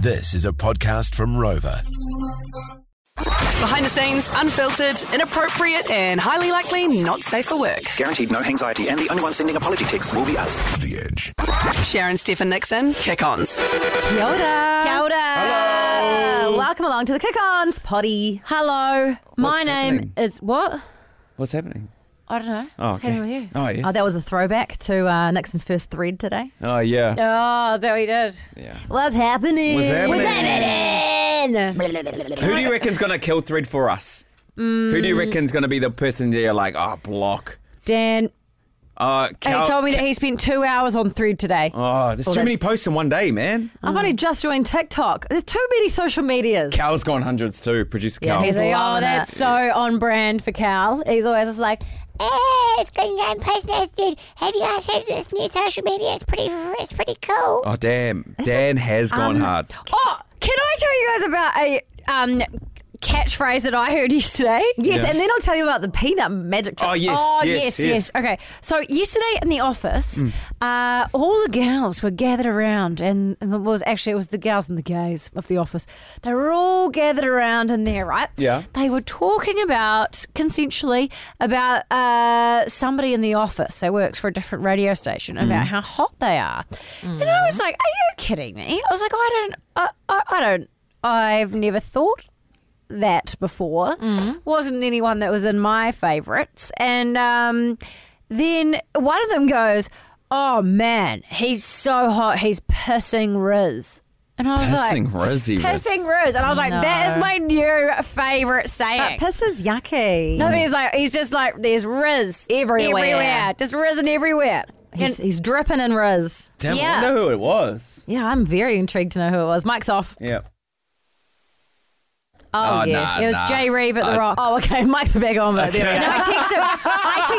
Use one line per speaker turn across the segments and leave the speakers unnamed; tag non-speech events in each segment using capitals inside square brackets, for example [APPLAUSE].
This is a podcast from Rover.
Behind the scenes, unfiltered, inappropriate, and highly likely not safe for work.
Guaranteed no anxiety, and the only one sending apology texts will be us.
The Edge.
Sharon Stephen Nixon, kick ons.
Kia ora.
Kia ora.
Hello. Welcome along to the Kick Ons potty.
Hello. My
What's
name
happening?
is what?
What's happening?
I don't know.
Oh,
What's happening with
okay.
you?
Oh, yes.
Oh, that was a throwback to uh, Nixon's first thread today.
Oh, yeah.
Oh, there we did.
yeah.
What's happening?
What's happening?
Then.
Who do you reckon's going to kill thread for us? Who do you reckon's going to be the person that you're like, oh, block?
Dan
Uh, Cal-
he told me that he spent two hours on thread today.
Oh, there's too many
that's-
posts in one day, man.
I've only just joined TikTok. There's too many social medias.
Cal's gone hundreds too, producer
Yeah,
Cal.
he's
He's like, oh,
loving
that's
it.
so on brand for Cal. He's always just like,
Hey, Screen Game Posters, dude. Have you guys heard of this new social media? It's pretty, it's pretty cool.
oh, damn. Dan has gone hard.
oh, can I tell you guys about a um, catchphrase that I heard yesterday?
Yes, and then I'll tell you about the peanut magic trick.
Oh, yes.
Oh
yes,
yes, yes, Okay, so yesterday in the office, uh, all the girls were gathered around, and, and it was actually it was the girls and the gays of the office. They were all gathered around in there, right?
Yeah.
They were talking about consensually about uh, somebody in the office that works for a different radio station about how hot they are, and I was like, "Are you kidding me?" I was like, "I don't, I, I, I don't, I've never thought." that before. Wasn't anyone that was in my favourites. And um, then one of them goes, Oh man, he's so hot, he's pissing Riz. And I was
Pissing
like,
Rizzy.
Pissing Riz. And I was like, That is my new favourite saying.
But piss is yucky.
no, but he's like, he's just like, there's Riz
Everywhere.
everywhere. just Riz and everywhere.
he's, he's dripping in Riz.
Damn,
Yeah.
I wonder who it was.
Yeah, I'm very intrigued to know who it was. Mike's off.
Yeah.
Oh,
Oh,
yes.
nah.
It was Jay Reeve at The Rock.
Oh, okay. [LAUGHS] Mike's back on, but there we
And
go.
I text him. I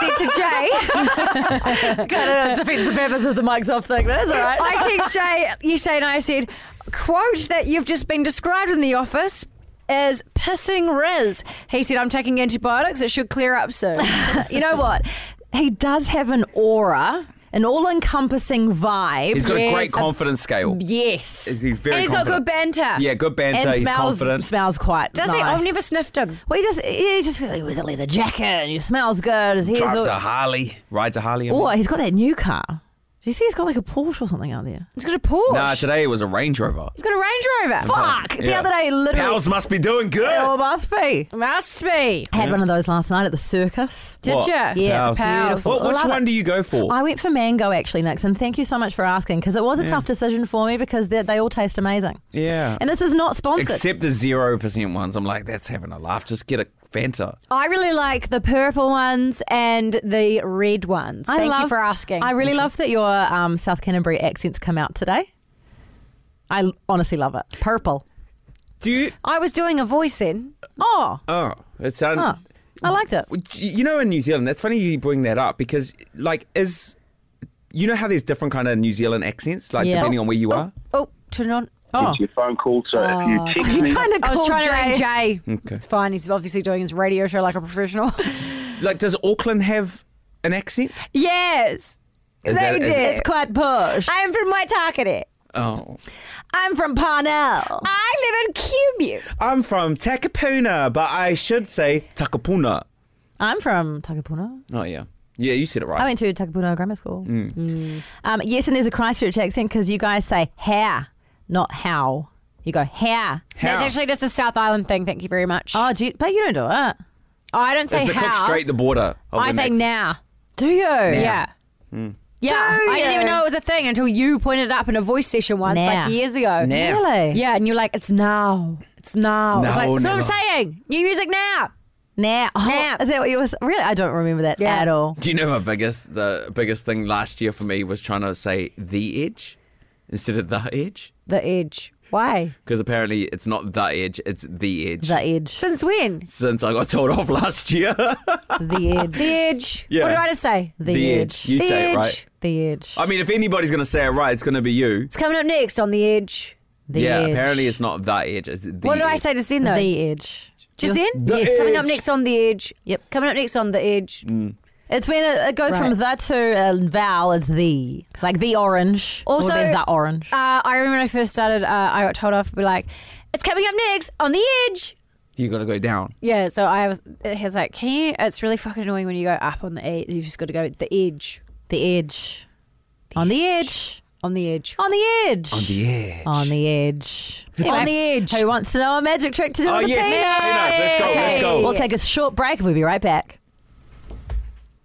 text him, and I said, uh, I said uh, to Jay,
[LAUGHS] Kind of defeats the purpose of the Mike's off thing. but That's all right.
I text Jay yesterday and I said, quote that you've just been described in the office as pissing Riz. He said, I'm taking antibiotics. It should clear up soon.
[LAUGHS] You know what? He does have an aura, an all-encompassing vibe.
He's got a
Yes.
great confidence scale.
yes.
He's very
and he's got good
confident.
banter.
Yeah, good banter.
and
he's
smells,
confident.
smells quite
Does he?
nice.
I've never sniffed him.
Well, he just he just he wears a leather jacket and he smells good. His hair's
Drives
all-
a Harley. Rides a Harley. I
oh,
mean.
he's got that new car. Do you see he's got like a Porsche or something out there?
He's got a Porsche.
Nah, today it was a Range Rover.
he's got a Range Rover.
Fuck! The
Yeah.
other day, literally,
Pals must be doing
oh,
good.
must be.
Must be.
I had one of those last night at the circus.
Did
What?
you?
Yeah,
Pals.
beautiful.
What, which
Love
one
it.
do you go for?
I went for mango actually, Nix, and thank you so much for asking because it was a tough decision for me because they, they all taste amazing.
Yeah.
And this is not sponsored.
Except the 0% ones. I'm like, that's having a laugh. Just get a Fanta.
I really like the purple ones and the red ones.
I
Thank you
love-
for asking.
I really love that your um, South Canterbury accents come out today. I l- honestly love it. Purple.
Do you?
I was doing a voice in.
Oh,
Oh, it sounds.
huh. I liked it.
You know, in New Zealand, that's funny you bring that up because, like, is. You know how there's different kind of New Zealand accents, like
Yeah.
depending on where you are.
Oh, turn it on.
Oh,
your phone call. So if
Oh.
you text me,
kind of
I was
cool,
trying to
Jay.
ring Jay. It's fine. He's obviously doing his radio show like a professional.
Like, does Auckland have an accent?
[LAUGHS] yes.
Is
they
that-
do.
is-
It's quite push.
I'm from Waitakere.
Oh,
I'm from Parnell.
I live in Cumu.
I'm from Takapuna, but I should say Takapuna.
I'm from Takapuna.
Oh yeah, yeah, you said it right.
I went to Takapuna Grammar School. Mm. Um, yes, and there's a Christchurch accent because you guys say how, not how. You go how.
That's
How?
actually just a South Island thing. Thank you very much.
Oh, do you, but you don't do it,
I don't say
It's the
how.
click straight the border. of
I
an
say
accent.
now.
do you?
Yeah.
Hmm.
Yeah. I didn't even
you?
know it was a thing until you pointed it up in a voice session once,
Nah.
like years ago.
Nah.
Really?
Yeah, and you're like, it's now. It's now. It's
No,
like, that's what I'm
never.
saying. New music now.
Nah. Oh,
Nah.
Is that what you was? Really? I don't remember that
Yeah.
at all.
Do you know my biggest the biggest thing last year for me was trying to say the edge instead of the edge
The Edge. Why?
because apparently it's not the edge, it's the edge.
The edge.
Since when?
Since I got told [LAUGHS] off last year,
The edge.
The Edge.
Yeah.
What did I just say?
The, edge.
You
The
say
edge.
it right.
The edge.
I mean, if anybody's gonna say it right, it's gonna be you.
It's coming up next on The Edge.
The
yeah.
edge.
Apparently, it's not the edge. It's the
What did I
edge.
say just then, though?
The edge.
just then?
The
Coming up
Edge. Mm.
next on The Edge.
Yep.
Coming up next on The Edge.
It's when it, it goes from the to uh, vowel is the, like the orange. or
Also-
then the orange.
Uh, I remember when I first started, uh, I got told off to be like, it's coming up next on the edge.
You got to
[LAUGHS]
go down.
Yeah, so I was, he was like, can you, it's really fucking annoying when you go up on the edge. You've just got to go the edge,
The edge. on the edge.
on the edge.
On the edge. On the
Yeah.
Oh,
On the edge.
On the edge.
Who wants to know a magic trick to do
Oh,
with a
yeah.
penis?
Very nice. Let's go. Let's go.
We'll take a short break. We'll be right back.
[LAUGHS]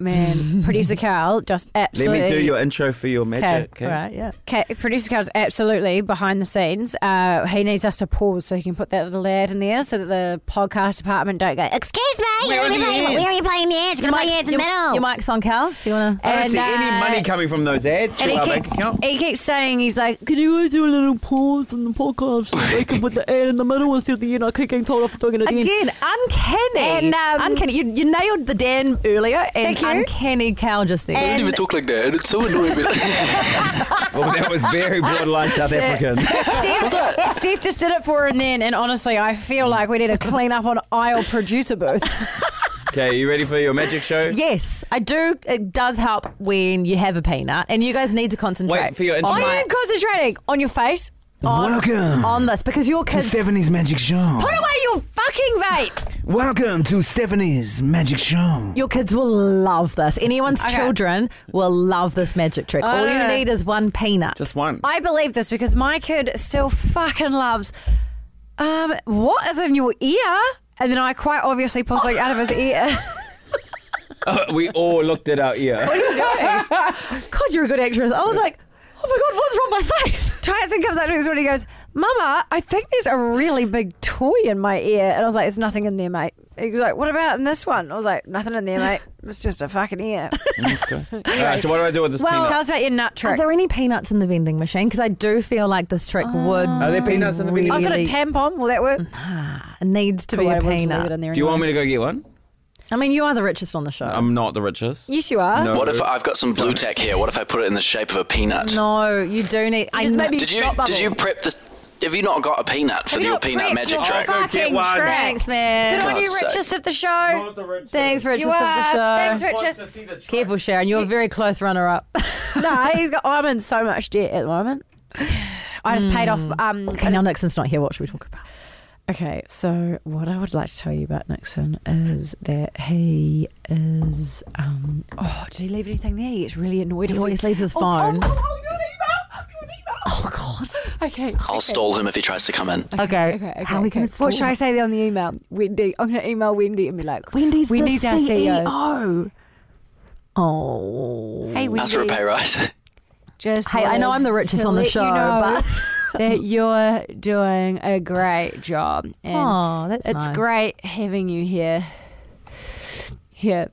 Man, producer Carl just
Let
absolutely.
me do your intro for your magic.
All right, yeah.
Okay, producer Carl's absolutely behind the scenes. Uh, he needs us to pause so he can put that little ad in there so that the podcast department don't go,
Excuse me,
We're
you're
on
gonna be
the
playing,
edge.
we're gonna be playing the edge. Gonna play the edge in the
your,
middle.
your mic's on, Cal, if you want to.
I don't see any
uh,
money coming from those ads
And
to
he,
our
keep-
bank
[LAUGHS]
account.
he keeps saying, he's like,
Can you guys do a little pause in the podcast
[LAUGHS]
so that we can put the ad in the middle instead of the end? I keep getting told off for doing it at the end.
Again, uncanny.
And, um,
uncanny. You, you nailed the Dan earlier and
Thank you.
uncanny Cal just there.
And-
even talk like that, and it's so annoying. but-
[LAUGHS]
Well, that was very
[LAUGHS]
borderline South African. [LAUGHS]
Steve, just, Steve just did it for her and then, and honestly, I feel like we need a clean up on aisle producer booth.
okay, you ready for your magic show?
yes, I do. It does help when you have a peanut, and you guys need to concentrate.
Wait for your
on,
[LAUGHS]
intro.
I
my-
am concentrating on your face.
on,
Welcome
on this because your
to
kids.
Stephanie's Magic Show.
Put away your fucking vape.
Welcome to Stephanie's Magic Show.
Your kids will love this. Anyone's
Okay.
children will love this magic trick. All you
Uh,
need is one peanut.
Just one.
I believe this because my kid still fucking loves. Um, what is in your ear? And then I quite obviously pulled something out of his ear.
we all looked at our ear.
God, you're a good actress. I was like, oh my God, what's wrong with my face?
Tyson comes up to me and he goes, "Mama, I think there's a really big toy in my ear." And I was like, "There's nothing in there, mate." He's like, "What about in this one?" I was like, "Nothing in there, mate. It's just a fucking ear."
all right, so what do I do with this
well,
peanut?
tell us about your nut
Are
trick.
there any peanuts in the vending machine? Because I do feel like this trick would.
Are there peanuts in the vending
I've
machine?
got a
really-
tampon. Will that work?
It needs to be
Well, I
a
wanted to leave it
peanut.
in there
do you want
anyway.
me to go get one?
I mean, you are the richest on the show.
I'm not the richest.
Yes, you are.
No.
what if I've got some blue tack here? What if I put it in the shape of a peanut?
no, you do need. I
just
kn-
made me-
Did you
Stop bubble.
did you prep this? Have you not got a peanut for
Have you
your
not
peanut
prepped
magic
your
trick?
Go
fucking
get one.
trick?
Thanks,
Good
man.
on
God's
you,
sake.
richest of the show.
Thanks, richest
You
of
are.
the
Thanks,
show.
richest.
Careful, Sharon. You're a very close [LAUGHS] runner-up.
no, he's got. I'm in so much debt at the moment. I just paid off. Um, I
okay, now
just-
Nixon's not here. What should we talk about?
Okay, so what I would like to tell you about Nixon is that he is. Um, oh, did he leave anything there? He gets really annoyed.
He
if we-
always leaves his
Oh, oh,
phone.
oh, oh, I've got an email, I've got an email. Okay.
I'll stall him if he tries to come in.
Okay.
Okay, okay,
How are we
okay.
going to
What should I say on the email? Wendy. I'm going to email Wendy and be like,
Wendy's
we
the
need our E CEO.
CEO. Oh.
Hey, Wendy.
Ask for a pay rise.
Just
Hey, I know
wanted
I'm the richest
to
on the
let
show,
you know
but
[LAUGHS] that you're doing a great job. And
Aw, that's
it's
nice.
great having you here. Here,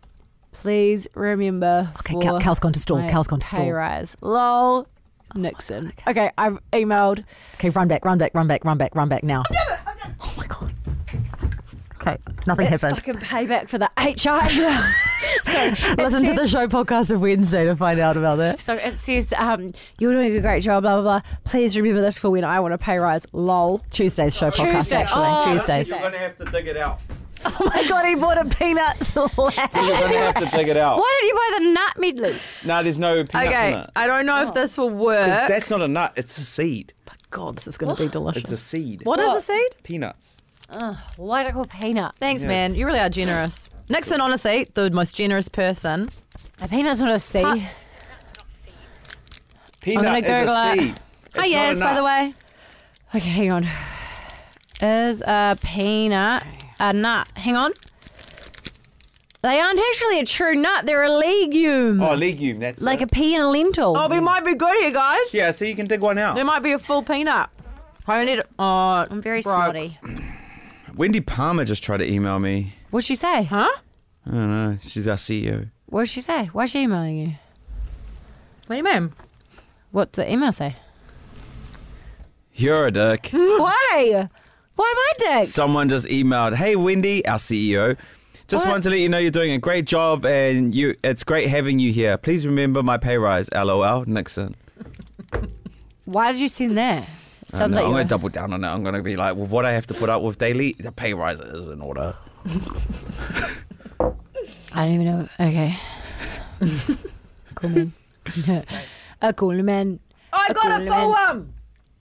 please remember.
Okay, Cal-
for
Cal's gone to stall.
my
Cal's gone to
pay
stall. Oh
rise. Lol. Nixon. okay. I've emailed.
Okay, run back, run back, run back, run back, run back now. Oh my god. Okay, nothing
That's
happened.
fucking payback for the HR email. Sorry, it
Listen to
said-
the show podcast of Wednesday to find out about
[LAUGHS]
that.
So it says, um, you're doing a great job, blah, blah, blah. Please remember this for when I want a pay rise. Lol.
Tuesday's show podcast,
Tuesday.
actually.
Oh,
Tuesdays.
Tuesday.
You're gonna have to dig it out.
Oh my god, he bought a peanut [LAUGHS]
You're
slab.
gonna have to dig it out.
Why did you buy the nut medley?
No, there's no peanuts in
Okay, Uh,
it.
I don't know if this will work.
That's not a nut. It's a seed.
God, this is going to be delicious.
It's a seed.
what is a seed?
Peanuts.
Why did I call peanut?
Thanks, man. You really are generous. Nixon, honestly, the most generous person.
A peanut's not a seed.
Peanut is
Google
a
it.
seed.
Oh,
not
yes,
a
by
nut.
the way.
Okay, hang on. Is a peanut a nut? Hang on. They aren't actually a true nut. They're a legume,
Oh, legume. That's
like
it.
a pea and a lentil.
Oh, we might be good here, guys.
Yeah, so you can dig one out.
There might be a full peanut. I need. Oh,
I'm very
broke.
snotty.
Wendy Palmer just tried to email me.
What'd she say?
Huh?
I don't know. She's our E CEO.
What'd she say? Why's she emailing you?
What do you mean?
What's the email say? [GASPS]
You're a dick.
Hmm. Why? Why am I dick?
Someone just emailed, "Hey Wendy, our CEO, just
What?
wanted to let you know you're doing a great job and you it's great having you here. Please remember my pay rise. LOL, Nixon."
Why did you send that? Sounds
No,
like
I'm
you
gonna double down on it. I'm gonna be like, "With what I have to put up with daily, the pay rise is in order."
I don't even know. Okay. [LAUGHS] Cool man.
[LAUGHS]
a cool man. I got a poem.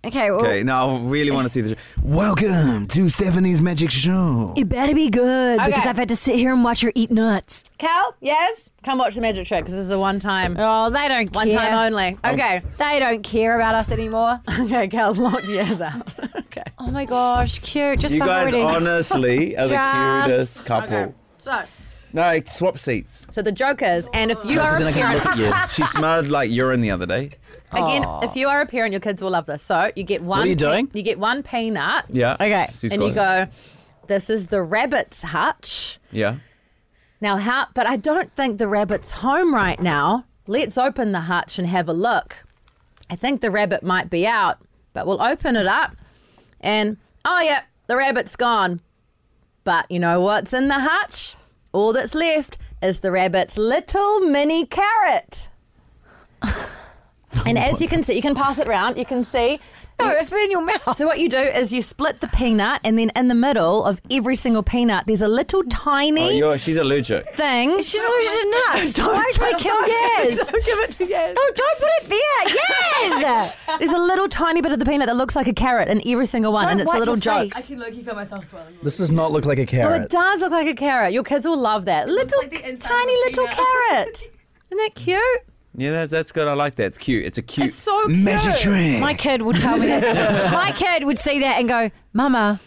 Okay, well,
Okay, now I really want to see the show.
Welcome to Stephanie's Magic Show.
it better be good because
Okay.
I've had to sit here and watch her eat nuts.
Cal, yes, come watch the magic show because this is a one time,
Oh, they don't
one
care.
time only.
Oh.
Okay, [LAUGHS]
They don't care about us anymore.
okay, Cal's locked yours out. [LAUGHS] okay,
Oh my gosh, cute. Just
You
felt
guys
already.
honestly are the
Just-
cutest couple.
so
No, like, swap seats.
so the jokers, and if you are
Isn't
a
I gonna
parent,
look at you?
She smelled like urine the other day.
again, if you are a parent, your kids will love this. So you get one.
are you
pe-
doing?
You get one peanut,
Yeah.
Okay.
She's
and you
got
go. This is the rabbit's hutch.
it. Yeah.
Now, how? But I don't think the rabbit's home right now. Let's open the hutch and have a look. I think the rabbit might be out, but we'll open it up, and oh yeah, the rabbit's gone. But you know what's in the hutch? All that's left is the rabbit's little mini
[LAUGHS]
carrot. and as you can see, you can pass it round. You can see.
No, it's been in your mouth.
So what you do is you split the peanut, and then in the middle of every single peanut, there's a little
Oh,
tiny
you're, she's allergic.
thing.
She's allergic to [LAUGHS] nuts.
Don't-
Why should we
don't-
kill [LAUGHS]
don't-
Yaz?
Don't give it to Yaz.
No, don't put it there. Yes.
[LAUGHS] There's a little tiny bit of the peanut that looks like a carrot in every single one,
Don't
and it's
wipe
a little
your
joke.
face.
This does not look like a
Well,
carrot.
it does look like a carrot. Your kids will love that. Little, tiny
[LAUGHS]
little [LAUGHS] carrot. Isn't that cute?
Yeah, that's, that's good. I like that. It's cute. It's a cute.
It's so cute.
Magic Train.
My kid would tell me that. My kid would see that and go, "Mama,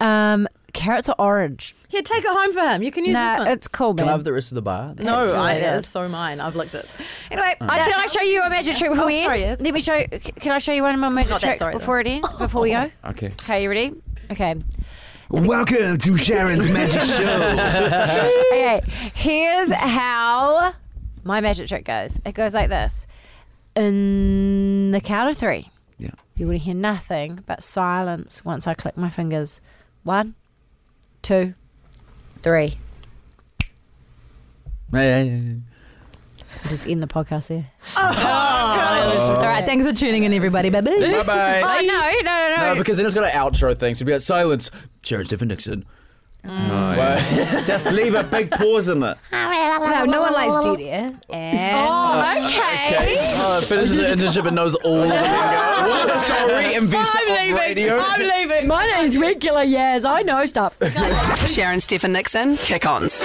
um, carrots are orange."
Here, take it home for him. You can use
No,
this one.
it's cool, man.
Can I have the rest of the bar?
no,
it's
I,
really
that
good.
is so mine. I've looked at. Anyway,
Uh,
that-
can I show you a magic trick before
Oh,
we
sorry,
end?
yes.
Let me show. You, c- can I show you one of my magic
that
tricks
sorry, though.
before it
[LAUGHS]
ends? Before we go.
Okay.
Okay, you ready? Okay.
Welcome to Sharon's Magic Show.
Okay. Here's how my magic trick goes. It goes like this: in the count of three,
Yeah.
you would hear nothing but silence once I click my fingers. One, two, three. I'll just end the podcast there.
all right. Thanks for tuning in, everybody. Bye bye.
Bye bye.
Oh, no, no, no, no.
No, because then it's got an outro thing. So we got silence. Sharon Stephen Nixon. [LAUGHS]
Mm. Just leave a big pause in it.
Ah,
no, no one likes Julia. oh, okay.
Oh, it finishes an internship and knows all [LAUGHS] of it.
Sorry, invest
I'm
on
leaving.
radio.
I'm leaving. My name's regular. Yes, I know stuff.
Sharon Stephen Nixon, kick ons.